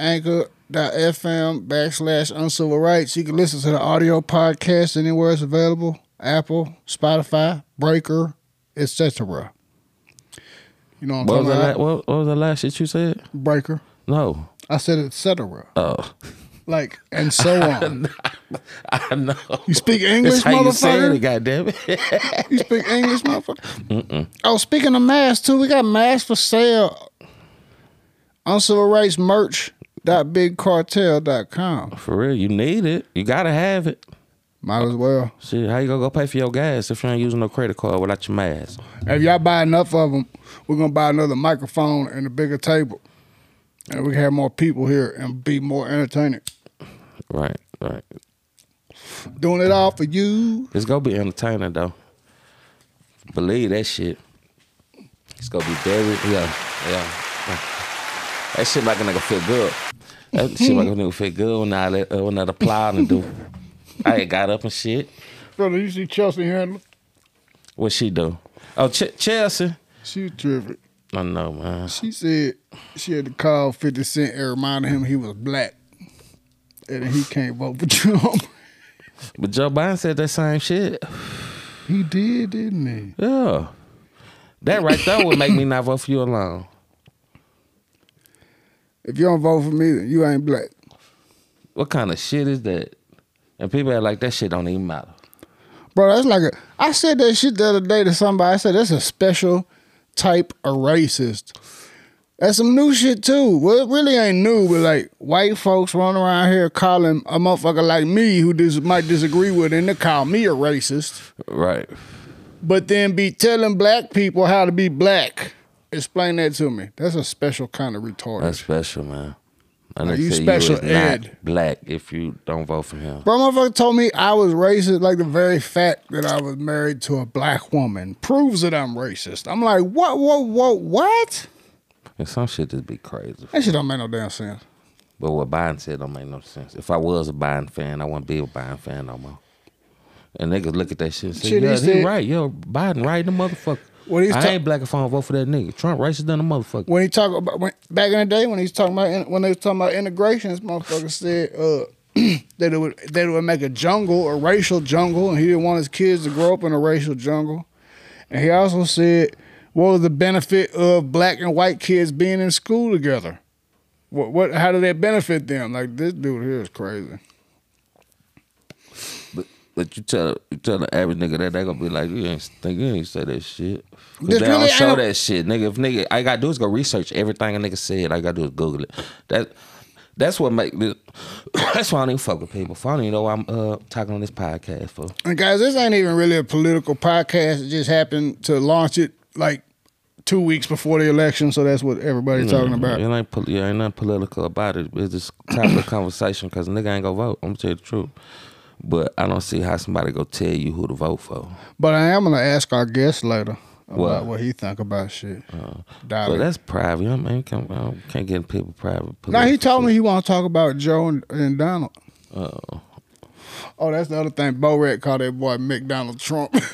S2: anchor.fm backslash uncivil rights. You can listen to the audio podcast anywhere it's available. Apple, Spotify, Breaker, etc. You know what I'm
S3: What was
S2: talking
S3: the
S2: about?
S3: last, what, what was the last shit you said?
S2: Breaker.
S3: No.
S2: I said etc.
S3: Oh,
S2: Like and so on.
S3: I know.
S2: You speak English,
S3: That's how you said
S2: motherfucker.
S3: it. Goddamn it.
S2: You, speak English, motherfucker. Oh, speaking of masks too, we got masks for sale on civil rights merch. Dot bigcartel.com.
S3: For real, you need it. You gotta have it.
S2: Might as well.
S3: Shit, how you gonna go pay for your gas if you ain't using no credit card without your mask?
S2: If y'all buy enough of them, we're gonna buy another microphone and a bigger table, and we can have more people here and be more entertaining.
S3: Right, right.
S2: Doing it all for you.
S3: It's gonna be entertaining though. Believe that shit. It's gonna be very yeah, yeah. That shit like a nigga feel good. That shit like a nigga feel good when I let uh, when I applied and do. I had got up and shit.
S2: Brother, you see Chelsea Handler?
S3: What she do? Oh, Ch- Chelsea.
S2: She was terrific.
S3: I know, man.
S2: She said she had to call 50 Cent and remind him he was black. And that he can't vote for Trump.
S3: But Joe Biden said that same shit.
S2: he did, didn't he?
S3: Yeah, that right there would make me not vote for you alone.
S2: If you don't vote for me, then you ain't black.
S3: What kind of shit is that? And people are like, that shit don't even matter.
S2: Bro, that's like a. I said that shit the other day to somebody. I said that's a special type of racist. That's some new shit too. Well, it really ain't new, but like white folks running around here calling a motherfucker like me who dis- might disagree with, and they call me a racist,
S3: Right.
S2: but then be telling black people how to be black. Explain that to me. That's a special kind of retarded.
S3: That's special, man. I
S2: Now,
S3: done
S2: you
S3: said
S2: special
S3: is
S2: ed.
S3: Not black if you don't vote for him.
S2: Bro, motherfucker told me I was racist, like the very fact that I was married to a black woman proves that I'm racist. I'm like, what, what, what, what?
S3: And some shit just be crazy.
S2: That shit don't make no damn sense.
S3: But what Biden said don't make no sense. If I was a Biden fan, I wouldn't be a Biden fan no more. And niggas look at that shit and say,
S2: Shit, he
S3: yeah, he
S2: said-
S3: right. Yo, Biden right in the motherfucker.
S2: What he's
S3: I
S2: ta-
S3: ain't black if I don't vote for that nigga. Trump racist than a motherfucker.
S2: When he talk about when, back in the day when he was talking about in- when they was talking about integration, this motherfucker said uh, that it would that it would make a jungle, a racial jungle, and he didn't want his kids to grow up in a racial jungle. And he also said, what was the benefit of black and white kids being in school together? What, what how did that benefit them? Like this dude here is crazy.
S3: But, but you tell you tell the average nigga that they gonna be like, you ain't think you ain't say that shit. 'Cause
S2: This
S3: they
S2: really
S3: don't show
S2: ain't-
S3: that shit, nigga. If nigga, I gotta do is go research everything a nigga said. I gotta do is Google it. That That's what make this. that's why I don't even fuck with people. For I don't even know why I'm uh, talking on this podcast for.
S2: And guys, this ain't even really a political podcast. It just happened to launch it like two weeks before the election, so that's what everybody's talking about.
S3: It ain't, pol- yeah, ain't nothing political about it. It's just topic of conversation because nigga ain't gonna vote. I'm gonna tell you the truth. But I don't see how somebody gonna tell you who to vote for.
S2: But I am gonna ask our guest later about
S3: What?
S2: what, he think about shit.
S3: But
S2: Dollar.
S3: that's private. You know what I mean? Can't, I don't- can't get in people private.
S2: now he told me he want to talk about Joe and, and Donald.
S3: Oh.
S2: Oh, that's the other thing. Bo Rat called that boy McDonald Trump.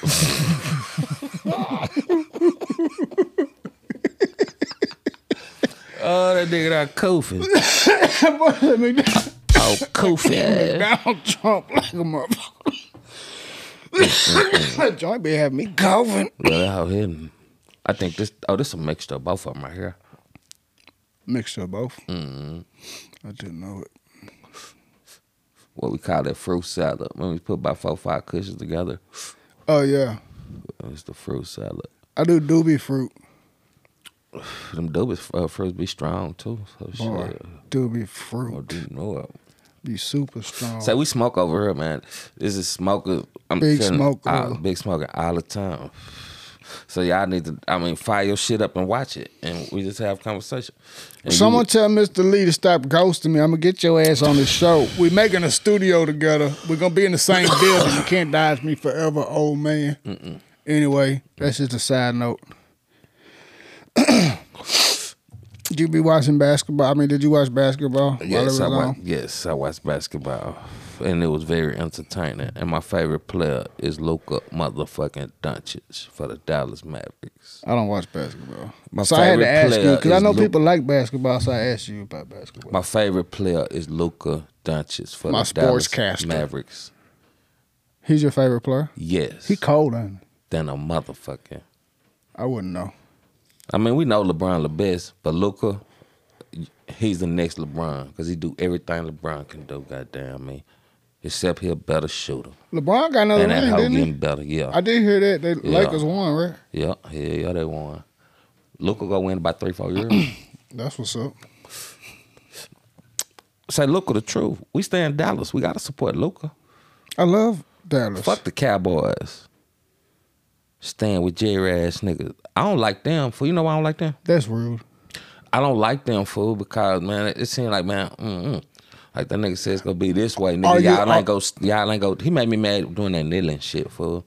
S3: Oh, that nigga that Kofi.
S2: That boy said McDonald
S3: Oh, Kofi.
S2: Donald Trump like a motherfucker. Joint be having me coughing.
S3: well, that hoe hidden. I think this. Oh, this a mixture of both of them right here.
S2: Mixture of both. I didn't know it.
S3: What we call that fruit salad. When we put about four, five cushions together,
S2: Oh yeah,
S3: it's the fruit salad.
S2: I do doobie fruit.
S3: Them dopest uh, fruits be strong too. So
S2: Boy,
S3: shit.
S2: doobie
S3: I
S2: fruit
S3: didn't know it.
S2: be super strong.
S3: Say we smoke over here, man. This is smoker. I'm
S2: Big
S3: feeling
S2: smoker.
S3: all- big smoker all the time. So y'all need to. I mean, fire your shit up and watch it, and we just have conversation. And you-
S2: Someone tell Mr. Lee to stop ghosting me. I'm gonna get your ass on the show. We're making a studio together. We're gonna be in the same building. You can't dodge me forever, old man. Anyway, that's just a side note. did you be watching basketball? I mean, did you watch basketball? while it
S3: Yes,
S2: was
S3: I watch,
S2: on?
S3: yes, I watched basketball, and it was very entertaining. And my favorite player is Luka motherfucking Doncic for the Dallas Mavericks.
S2: I don't watch basketball.
S3: My
S2: so I had to
S3: favorite
S2: ask you
S3: player
S2: because I
S3: is
S2: know
S3: Luke-
S2: people like basketball, so I asked you about basketball.
S3: My favorite player is Luka Doncic for
S2: My
S3: the Dallas
S2: sportscaster.
S3: Mavericks.
S2: He's your favorite player?
S3: Yes,
S2: He cold, ain't he?
S3: than a motherfucking.
S2: I wouldn't know.
S3: I mean, we know LeBron the best, but Luca, he's the next LeBron because he do everything LeBron can do. Goddamn me, except he a better shooter,
S2: LeBron got another
S3: and that
S2: ring,
S3: hoe
S2: didn't he?
S3: getting better. Yeah,
S2: I did hear that the
S3: Yeah.
S2: Lakers won, right?
S3: yeah, yeah, yeah. They won. Luca gonna win about three, four years.
S2: That's what's up.
S3: Say Luca the truth. We stay in Dallas. We gotta support Luca.
S2: I love Dallas.
S3: Fuck the Cowboys. Stand with Jerry ass niggas. I don't like them. For you know why I don't like them.
S2: That's rude.
S3: I don't like them fool because man, it, it seemed like man, mm-mm. like that nigga said it's gonna be this way, nigga.
S2: Are you-
S3: y'all
S2: are-
S3: ain't go, y'all ain't go. He made me mad doing that kneeling shit, fool.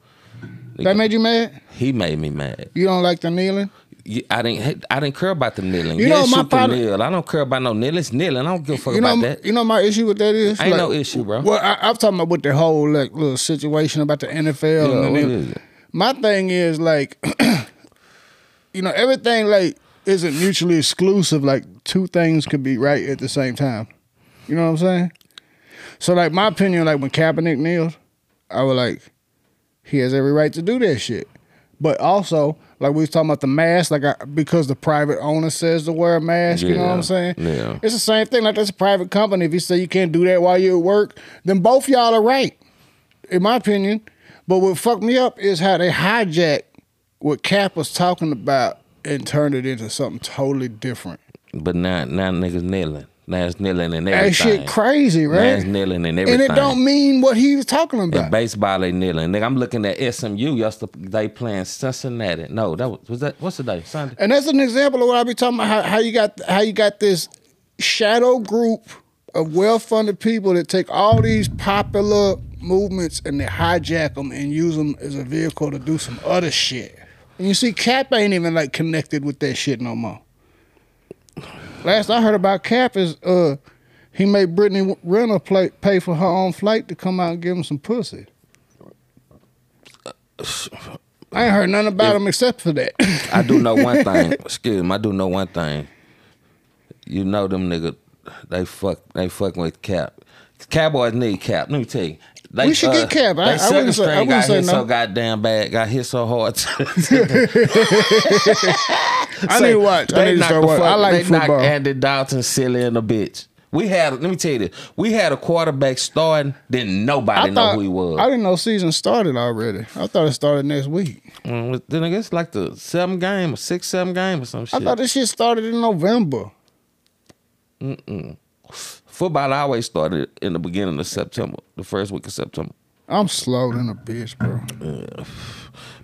S2: That made you mad?
S3: He made me mad.
S2: You don't like the kneeling?
S3: You- I didn't, I didn't care about the kneeling.
S2: You
S3: yeah,
S2: know, my
S3: shoot the
S2: problem-
S3: kneel. I don't care about no kneeling. It's kneeling. I don't give a fuck
S2: You
S3: about
S2: know,
S3: that.
S2: you know my issue with that is
S3: Ain't no issue, bro.
S2: Well, I, I'm talking about with the whole like little situation about the NFL.
S3: Yeah,
S2: and
S3: what
S2: then-
S3: is it?
S2: My thing is like, you know, everything like isn't mutually exclusive. Like two things could be right at the same time. You know what I'm saying? So like my opinion, like when Kaepernick kneels, I was like, he has every right to do that shit. But also, like we was talking about the mask, like I, because the private owner says to wear a mask, you know what
S3: Yeah,
S2: I'm saying?
S3: yeah.
S2: It's the same thing. Like that's a private company. If you say you can't do that while you're at work, then both y'all are right, in my opinion. But what fucked me up is how they hijacked what Cap was talking about and turned it into something totally different.
S3: But now, now niggas kneeling. Now it's kneeling and everything.
S2: That shit crazy,
S3: Now
S2: right?
S3: it's kneeling and everything.
S2: and it don't mean what he was talking
S3: In
S2: about.
S3: baseball, they kneeling. Nigga, I'm looking at SMU yesterday. They playing Cincinnati. No, that was, was that. What's the day? Sunday.
S2: and that's an example of what I be talking about. How, how you got how you got this shadow group of well-funded people that take all these popular movements and they hijack them and use them as a vehicle to do some other shit. And you see, Cap ain't even like connected with that shit no more. Last I heard about Cap is uh he made Brittany Renner play, pay for her own flight to come out and give him some pussy. I ain't heard nothing about him except for that.
S3: I do know one thing. Excuse me. I do know one thing. You know them nigga, they fuck. They fucking with Cap. Cowboys need Cap. Let me tell you. They, uh,
S2: We should get Cap. I-
S3: they
S2: I
S3: second
S2: wouldn't say- I
S3: string
S2: wouldn't
S3: got
S2: say
S3: hit
S2: no.
S3: so goddamn bad. Got hit so hard.
S2: I need to watch. I
S3: They
S2: need to
S3: knocked
S2: start
S3: the
S2: watching.
S3: fuck-
S2: I like
S3: they knocked
S2: football.
S3: Andy Dalton silly in the bitch. We had. Let me tell you this. We had a quarterback starting. Then nobody
S2: I
S3: know
S2: thought
S3: who he was.
S2: I didn't know season started already. I thought it started next week.
S3: Mm, with- Then I guess like the seven game or six seven game or some shit.
S2: I thought this shit started in November.
S3: Football always started in the beginning of September, the first week of September.
S2: I'm slow than a bitch, bro.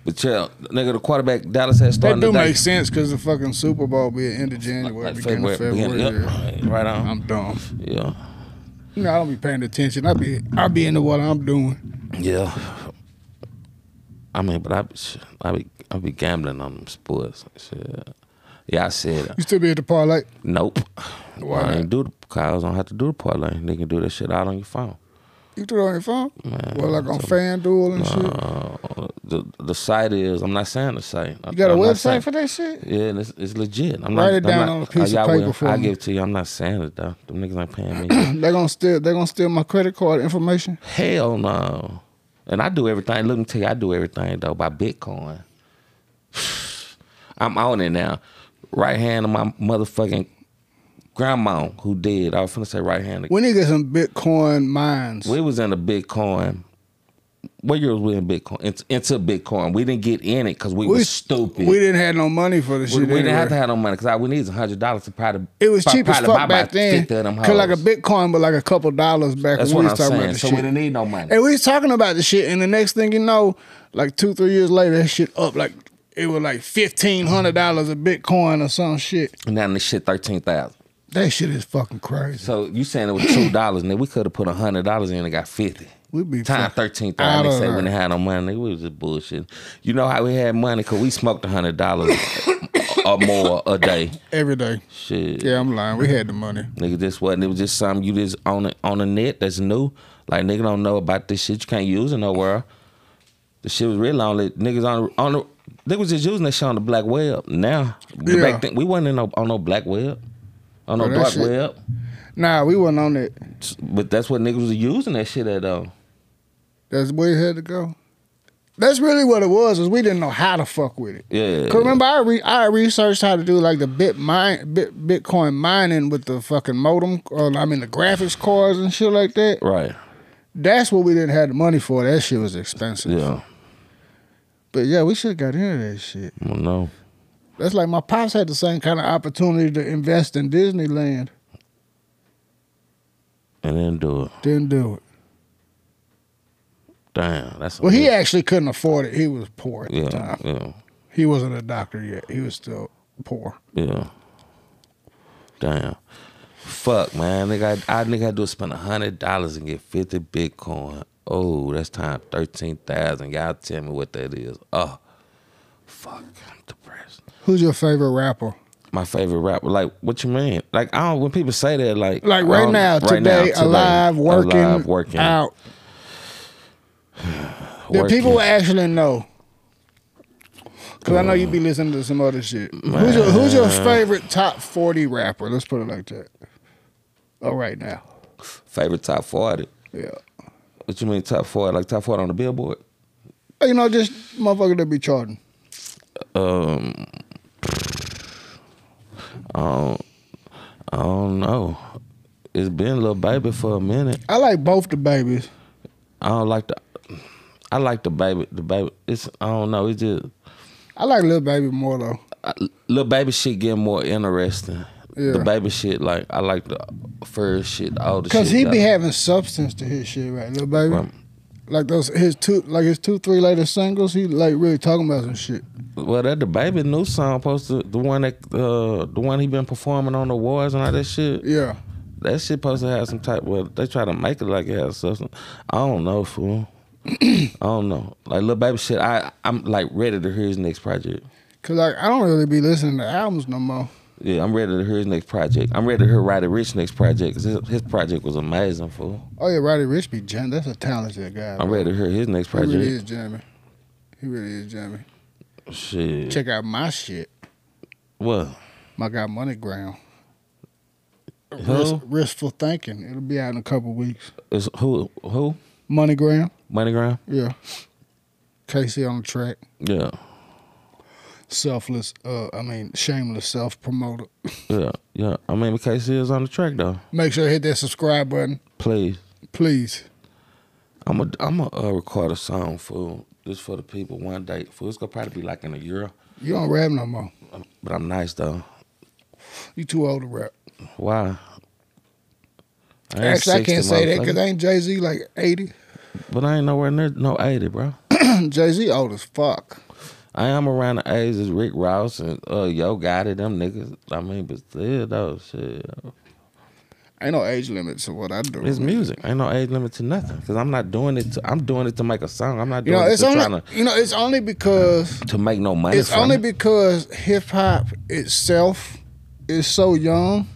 S3: But yeah, nigga, the quarterback Dallas had
S2: That
S3: started
S2: do
S3: today.
S2: make sense because the fucking Super Bowl be at end of January,
S3: Like
S2: beginning
S3: February,
S2: of February.
S3: beginning-
S2: yeah.
S3: yep, right on.
S2: I'm dumb.
S3: yeah,
S2: You know, I don't be paying attention. I be I be into what I'm doing.
S3: yeah. I mean, but I be, shit, I be, I be gambling on them sports. and Shit. Yeah, I said
S2: You still be at the parlay?
S3: nope.
S2: Why
S3: I
S2: not?
S3: ain't do the Kyle's don't have to do the parlay. They can do that shit out on your phone.
S2: You do it on your phone?
S3: Man,
S2: well, like on
S3: so-
S2: FanDuel and shit.
S3: Uh, the the site is. I'm not saying the site.
S2: You got
S3: a
S2: a website for that shit?
S3: Yeah, and it's, it's legit.
S2: Write
S3: I'm not,
S2: it down
S3: I'm not,
S2: on a piece of
S3: y'all
S2: paper
S3: will.
S2: for
S3: I
S2: me.
S3: give it to you. I'm not saying it though. Them niggas ain't paying me.
S2: They're gonna steal. They're gonna steal my credit card information.
S3: Hell no. And I do everything. Let me tell you, I do everything though by Bitcoin. I'm on it now. Right hand of my motherfucking grandma who did. I was finna say right hand.
S2: We need to get some Bitcoin mines.
S3: We was in the Bitcoin. What year was we in Bitcoin? Into, into Bitcoin. We didn't get in it because we, was stupid.
S2: We didn't have no money for the
S3: We,
S2: shit.
S3: we didn't have to
S2: anyway.
S3: have no money because all we needed hundred dollars to probably.
S2: It was
S3: pro-
S2: cheap as
S3: probably buy
S2: fuck
S3: about
S2: back then.
S3: 50 of them
S2: Cause like a
S3: hoes.
S2: Bitcoin, but like a couple dollars back
S3: That's
S2: when we
S3: what
S2: was
S3: I'm
S2: talking about
S3: saying.
S2: this
S3: So
S2: shit.
S3: we didn't need no money.
S2: And we was talking about this shit, and the next thing you know, like two, three years later, that shit up like it was like fifteen hundred dollars a Bitcoin or some shit.
S3: And now this shit thirteen thousand.
S2: That shit is fucking crazy.
S3: So you saying it was two dollars, nigga? We could have put hundred dollars in and got fifty.
S2: We be
S3: Time
S2: fucking
S3: thirteen
S2: out
S3: thousand. They
S2: of
S3: say
S2: there.
S3: we didn't have no money. nigga, We was just bullshit. You know how we had money because we smoked hundred dollars or more a day.
S2: every day.
S3: Shit,
S2: Yeah, I'm lying. We had the money.
S3: nigga, this wasn't. It was just something you just on the, on the net that's new. Like nigga don't know about this shit. You can't use it nowhere. The shit was real only niggas on on the. They was just using that shit on the black web. Now, the
S2: Yeah.
S3: back thing, we wasn't in no, on no black web, on no
S2: Bro, that
S3: dark
S2: shit-
S3: web.
S2: Nah, we wasn't on it.
S3: But that's what niggas was using that shit at though.
S2: That's where it had to go. That's really what it was. Is we didn't know how to fuck with it.
S3: Yeah.
S2: Cause remember, I re- I researched how to do like the bit mine, bit Bitcoin mining with the fucking modem, or I mean the graphics cards and shit like that.
S3: Right.
S2: That's what we didn't have the money for. That shit was expensive.
S3: Yeah.
S2: But yeah, we should have got into that shit.
S3: I don't know.
S2: That's like my pops had the same kind of opportunity to invest in Disneyland.
S3: And then do it.
S2: Didn't do it.
S3: Damn. That's
S2: Well, he actually couldn't afford it. He was poor at the
S3: Yeah.
S2: time.
S3: Yeah.
S2: He wasn't a doctor yet. He was still poor.
S3: Yeah. Damn. Fuck, man. Nigga, I, I nigga had to spend hundred dollars and get fifty Bitcoin. Oh, that's time thirteen thousand. Y'all tell me what that is. Oh, fuck. I'm depressed.
S2: Who's your favorite rapper?
S3: My favorite rapper. Like, what you mean? Like, I don't. When people say that, like,
S2: Like right
S3: um,
S2: now, today, alive, working, uh,
S3: alive, working,
S2: out. That
S3: working.
S2: people will actually know. Cause I know you be listening to some other shit. Who's your Who's your favorite top forty rapper? Let's put it like that. Oh, right now,
S3: favorite top forty.
S2: yeah.
S3: What you mean top four? Like top four on the Billboard?
S2: You know, just motherfucker that be charting.
S3: Um, I don't, I don't know. It's been Lil baby for a minute.
S2: I like both the babies.
S3: I don't like the. I like the baby. The baby. It's I don't know. It's just
S2: I like little baby more though.
S3: I, little baby shit getting more interesting.
S2: Yeah.
S3: The baby shit, like I like the first shit, all the
S2: Cause
S3: shit.
S2: he be
S3: that-
S2: having substance to his shit, right, little baby.
S3: Right.
S2: Like those his two, like his two, three later singles. He like really talking about some shit.
S3: Well, that the baby new song, supposed to the one that uh, the one he been performing on the awards and all that shit.
S2: Yeah,
S3: That shit supposed to have some type. Well, they try to make it like it has substance. I don't know, fool. I don't know. Like little baby shit. I I'm like ready to hear his next project.
S2: cause like I don't really be listening to albums no more.
S3: Yeah, I'm ready to hear his next project. I'm ready to hear Roddy Rich next project because his, his project was amazing, fool.
S2: Oh yeah, Roddy Rich be jamming. That's a talented guy.
S3: I'm
S2: bro.
S3: ready to hear his next
S2: He really is
S3: project.
S2: jamming. He really is jamming.
S3: Shit.
S2: Check out my shit.
S3: What?
S2: My guy Money Ground. Risk,
S3: Who?
S2: riskful thinking. It'll be out in a couple weeks.
S3: Is who? Who?
S2: Money Ground.
S3: MoneyGram.
S2: Yeah. Casey on the track.
S3: Yeah.
S2: Selfless. Uh, I mean, shameless self promoter.
S3: Yeah. Yeah. I mean, KC is on the track though.
S2: Make sure you hit that subscribe button,
S3: Please.
S2: please.
S3: I'm a I'm a uh, record a song fool. Just for the people one day. Fool. It's gonna probably be like in a year.
S2: You don't rap no more.
S3: But I'm nice though.
S2: You too old to rap.
S3: Why? I ain't
S2: Actually, I
S3: 60,
S2: can't say that
S3: motherfucker.
S2: because ain't Jay Z like eighty.
S3: But I ain't nowhere near no 80, bro.
S2: Jay Z old as fuck.
S3: I am around the age as Rick Ross and uh, Yo Gotti, them niggas. I mean, but still, though, shit.
S2: Ain't no age limit to what I do.
S3: It's music. Ain't no age limit to nothing. Because I'm not doing it to, I'm doing it to make a song. I'm not
S2: you
S3: doing
S2: know,
S3: it
S2: it's
S3: to trying
S2: only
S3: to,
S2: you know, it's only because
S3: to make no money
S2: it's
S3: from
S2: only
S3: it.
S2: because hip hop itself is so young.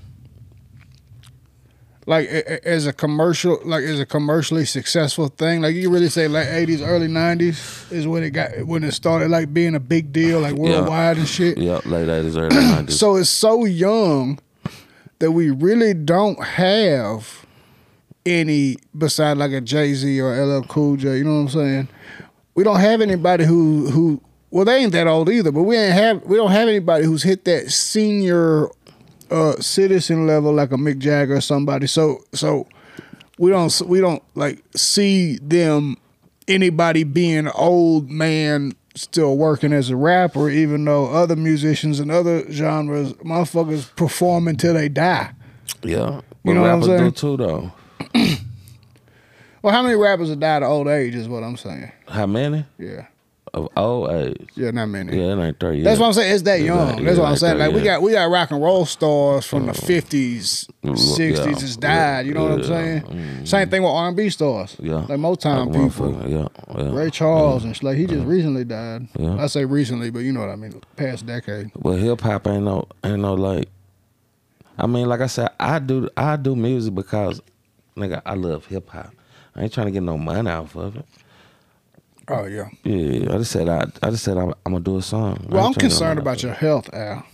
S2: Like a- a- as a commercial, like as a commercially successful thing, like you can really say, like eighties, early nineties is when it got when it started like being a big deal, like worldwide and shit.
S3: Yeah, late 80s, early 90s.
S2: So it's so young that we really don't have any beside like a Jay Z or LL Cool J. You know what I'm saying? We don't have anybody who who well they ain't that old either, but we ain't have we don't have anybody who's hit that senior uh citizen level like a Mick Jagger or somebody. So so we don't we don't like see them anybody being old man still working as a rapper even though other musicians and other genres motherfuckers perform until they die
S3: yeah. But
S2: You know what I'm
S3: rappers
S2: saying?
S3: do too, though.
S2: well how many rappers have died of old age is what i'm saying
S3: How many?
S2: yeah
S3: Of old age.
S2: yeah not many
S3: Yeah, it ain't 30
S2: That's
S3: yet.
S2: what I'm saying. It's that
S3: Yeah,
S2: young.
S3: yeah,
S2: That's what I'm
S3: like
S2: saying.
S3: that,
S2: Like we
S3: yeah.
S2: got we got rock and roll stars from the fifties,
S3: yeah,
S2: sixties that's died. You know what I'm
S3: yeah, Mm.
S2: saying? Same thing with R and B stars.
S3: Yeah.
S2: Like Motown
S3: Like a
S2: people.
S3: motherfucker, Yeah, yeah.
S2: Ray Charles and shit. Like he just recently died.
S3: Yeah.
S2: I say recently, but you know what I mean. Past decade.
S3: But hip hop ain't no ain't no like. I mean, like I said, I do I do music because, nigga, I love hip hop. I ain't trying to get no money off of it.
S2: Oh yeah.
S3: Yeah, I just said I I just said I'm, I'm gonna do a song.
S2: Well, I'm concerned about your health, Al.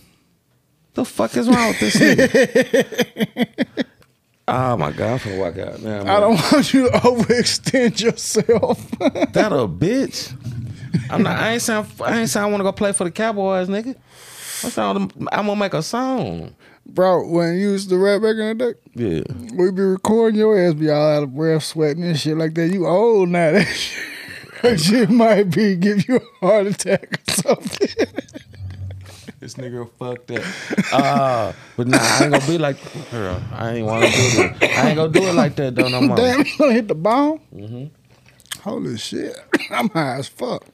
S3: The fuck is wrong with this nigga? oh my god, I'm finna walk out now.
S2: I don't want you to overextend yourself.
S3: that a bitch. I'm not. I ain't sound. I ain't sound. I want to go play for the Cowboys, nigga. I sound. I'm gonna make a song.
S2: Bro, when you used to rap back in the day,
S3: Yeah.
S2: we be recording your ass be all out of breath, sweating and shit like that. You old now. That shit, that shit might be give you a heart attack or something.
S3: This nigga fucked up. Uh, but nah, I ain't gonna be like, girl, I ain't wanna do it. I ain't gonna do it like that though no more.
S2: Damn, you gonna hit the bone? Holy shit. I'm high as fuck.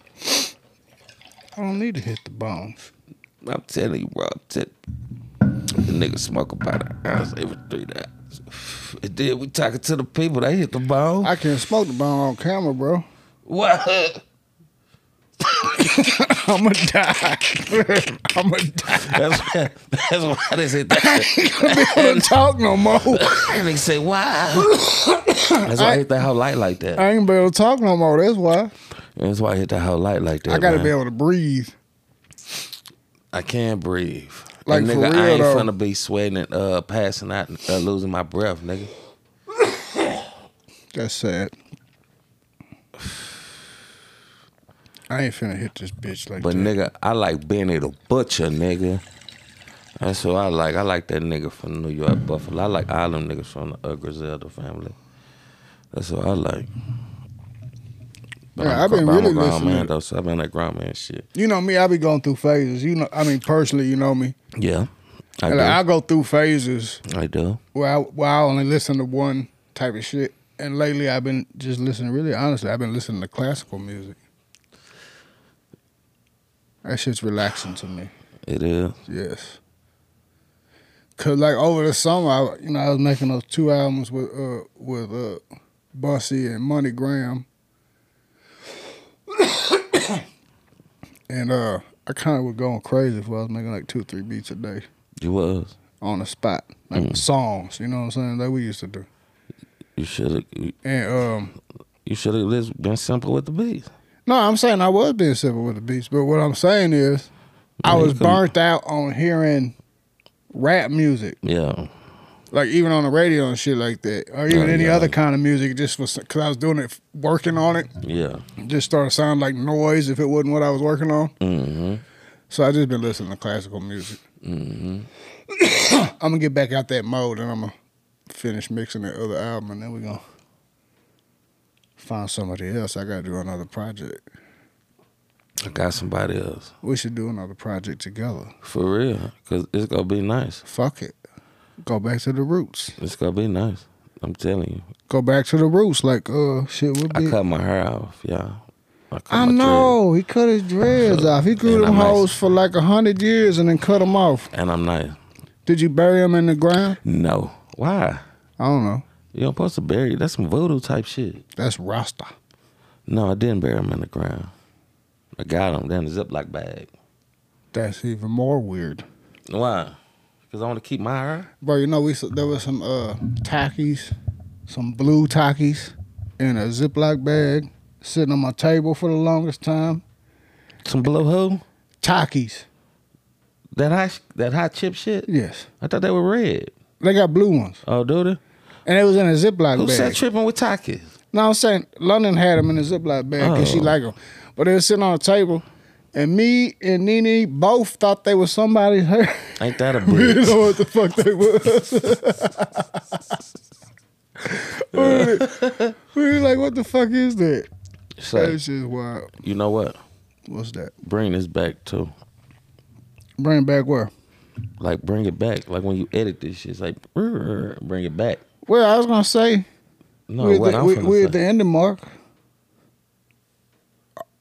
S2: I don't need to hit the bone.
S3: I'm telling you, bro. I'm tell- the nigga smoke about an ounce every three days. And then we talking to the people. They hit the bone.
S2: I can't smoke the bone on camera, bro.
S3: what?
S2: I'ma die. I'ma die.
S3: That's why, that's why they said that.
S2: I don't talk no more.
S3: And they say, why? That's why I, hit that whole light like that.
S2: I ain't be able to talk no more. That's why
S3: That's why I hit that whole light like that.
S2: I gotta
S3: man.
S2: be able to breathe.
S3: I can't breathe.
S2: Like,
S3: Like
S2: for
S3: nigga,
S2: real,
S3: I ain't
S2: though.
S3: finna be sweating and uh, passing out, and, uh, losing my breath, nigga.
S2: That's sad. I ain't finna hit this bitch like
S3: But
S2: that.
S3: nigga, I like Benny the Butcher, nigga. That's what I like. I like that nigga from New York, Buffalo. I like all them niggas from the uh, Griselda family. That's what I like. But
S2: Yeah,
S3: I'm
S2: I've
S3: gr-
S2: been
S3: but I'm
S2: really
S3: a grown
S2: listening.
S3: man though, so I've been that grown man shit.
S2: you know me, I be going through phases. You know, I mean personally, you know me.
S3: Yeah, I
S2: Like,
S3: do.
S2: I go through phases
S3: I do.
S2: where I, where I only listen to one type of shit. And lately, I've been just listening. Really, honestly, I've been listening to classical music. That shit's relaxing to me.
S3: It is.
S2: Yes. Cause like over the summer, I, you know, I was making those two albums with uh with uh Bussy and Money Graham, and uh I kind of was going crazy if I was making like two or three beats a day
S3: You was.
S2: on the spot, like
S3: Mm.
S2: songs. You know what I'm saying? Like we used to do.
S3: You should have. You,
S2: And um,
S3: you should have just been simple with the beats.
S2: no, I'm saying I was being simple with the beats, but what I'm saying is, I
S3: Yeah, you
S2: was
S3: couldn't-
S2: burnt out on hearing rap music.
S3: Yeah.
S2: like even on the radio and shit like that, or even
S3: Oh,
S2: any
S3: yeah.
S2: other kind of music, just for because I was doing it, working on it,
S3: Yeah.
S2: it just started sounding like noise if it wasn't what I was working on.
S3: Mm-hmm.
S2: So I just been listening to classical music. I'm gonna get back out that mode and I'm gonna finish mixing that other album, and then we gonna find somebody else. I gotta do another project.
S3: I got somebody else
S2: We should do another project together.
S3: for real, cause it's gonna be nice.
S2: Fuck it, go back to the roots.
S3: It's gonna be nice. I'm telling you.
S2: Go back to the roots, like uh, shit. What
S3: I
S2: big-
S3: cut my hair off, yeah. I, cut
S2: I
S3: my dread,
S2: know he cut his dreads off. He grew
S3: And
S2: them
S3: I'm nice.
S2: hoes for like a hundred years and then cut them off.
S3: And I'm not.
S2: Did you bury them in the ground?
S3: No. Why?
S2: I don't know.
S3: You're supposed to bury That's some voodoo type shit.
S2: That's Rasta.
S3: No, I didn't bury him in the ground. I got him down the Ziploc bag.
S2: That's even more weird.
S3: Why? Because I want to keep my hair.
S2: Bro, you know we s- there was some uh Takis, some blue Takis in a Ziploc bag sitting on my table for the longest time.
S3: Some blue hole?
S2: Takis.
S3: That hot, that hot chip shit?
S2: Yes.
S3: I thought they were red.
S2: They got blue ones.
S3: Oh, do they?
S2: And it was in a Ziploc
S3: Who
S2: bag.
S3: said tripping with Takis?
S2: No, I'm saying London had them in a Ziploc bag because she
S3: Oh.
S2: liked them. But they were sitting on a table, and me and Nene both thought they were somebody's hair.
S3: Ain't that a
S2: we didn't
S3: bitch?
S2: know what the fuck they was. we, were- we were like, what the fuck is that?
S3: so,
S2: That shit's wild.
S3: you know what?
S2: What's that?
S3: Bring this back too.
S2: Bring back where?
S3: Like bring it back. Like when you edit this shit, it's like "Brr," bring it back.
S2: Well, I was gonna say
S3: No,
S2: we're,
S3: what
S2: at the,
S3: I'm
S2: we
S3: finna
S2: we're at
S3: say.
S2: the ending mark.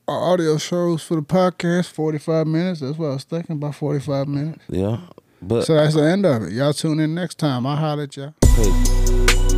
S2: Our audio shows for the podcast forty five minutes. That's what I was thinking about forty five minutes.
S3: yeah, but
S2: So that's the end of it. Y'all tune in next time. I'll holler at y'all.
S3: Peace.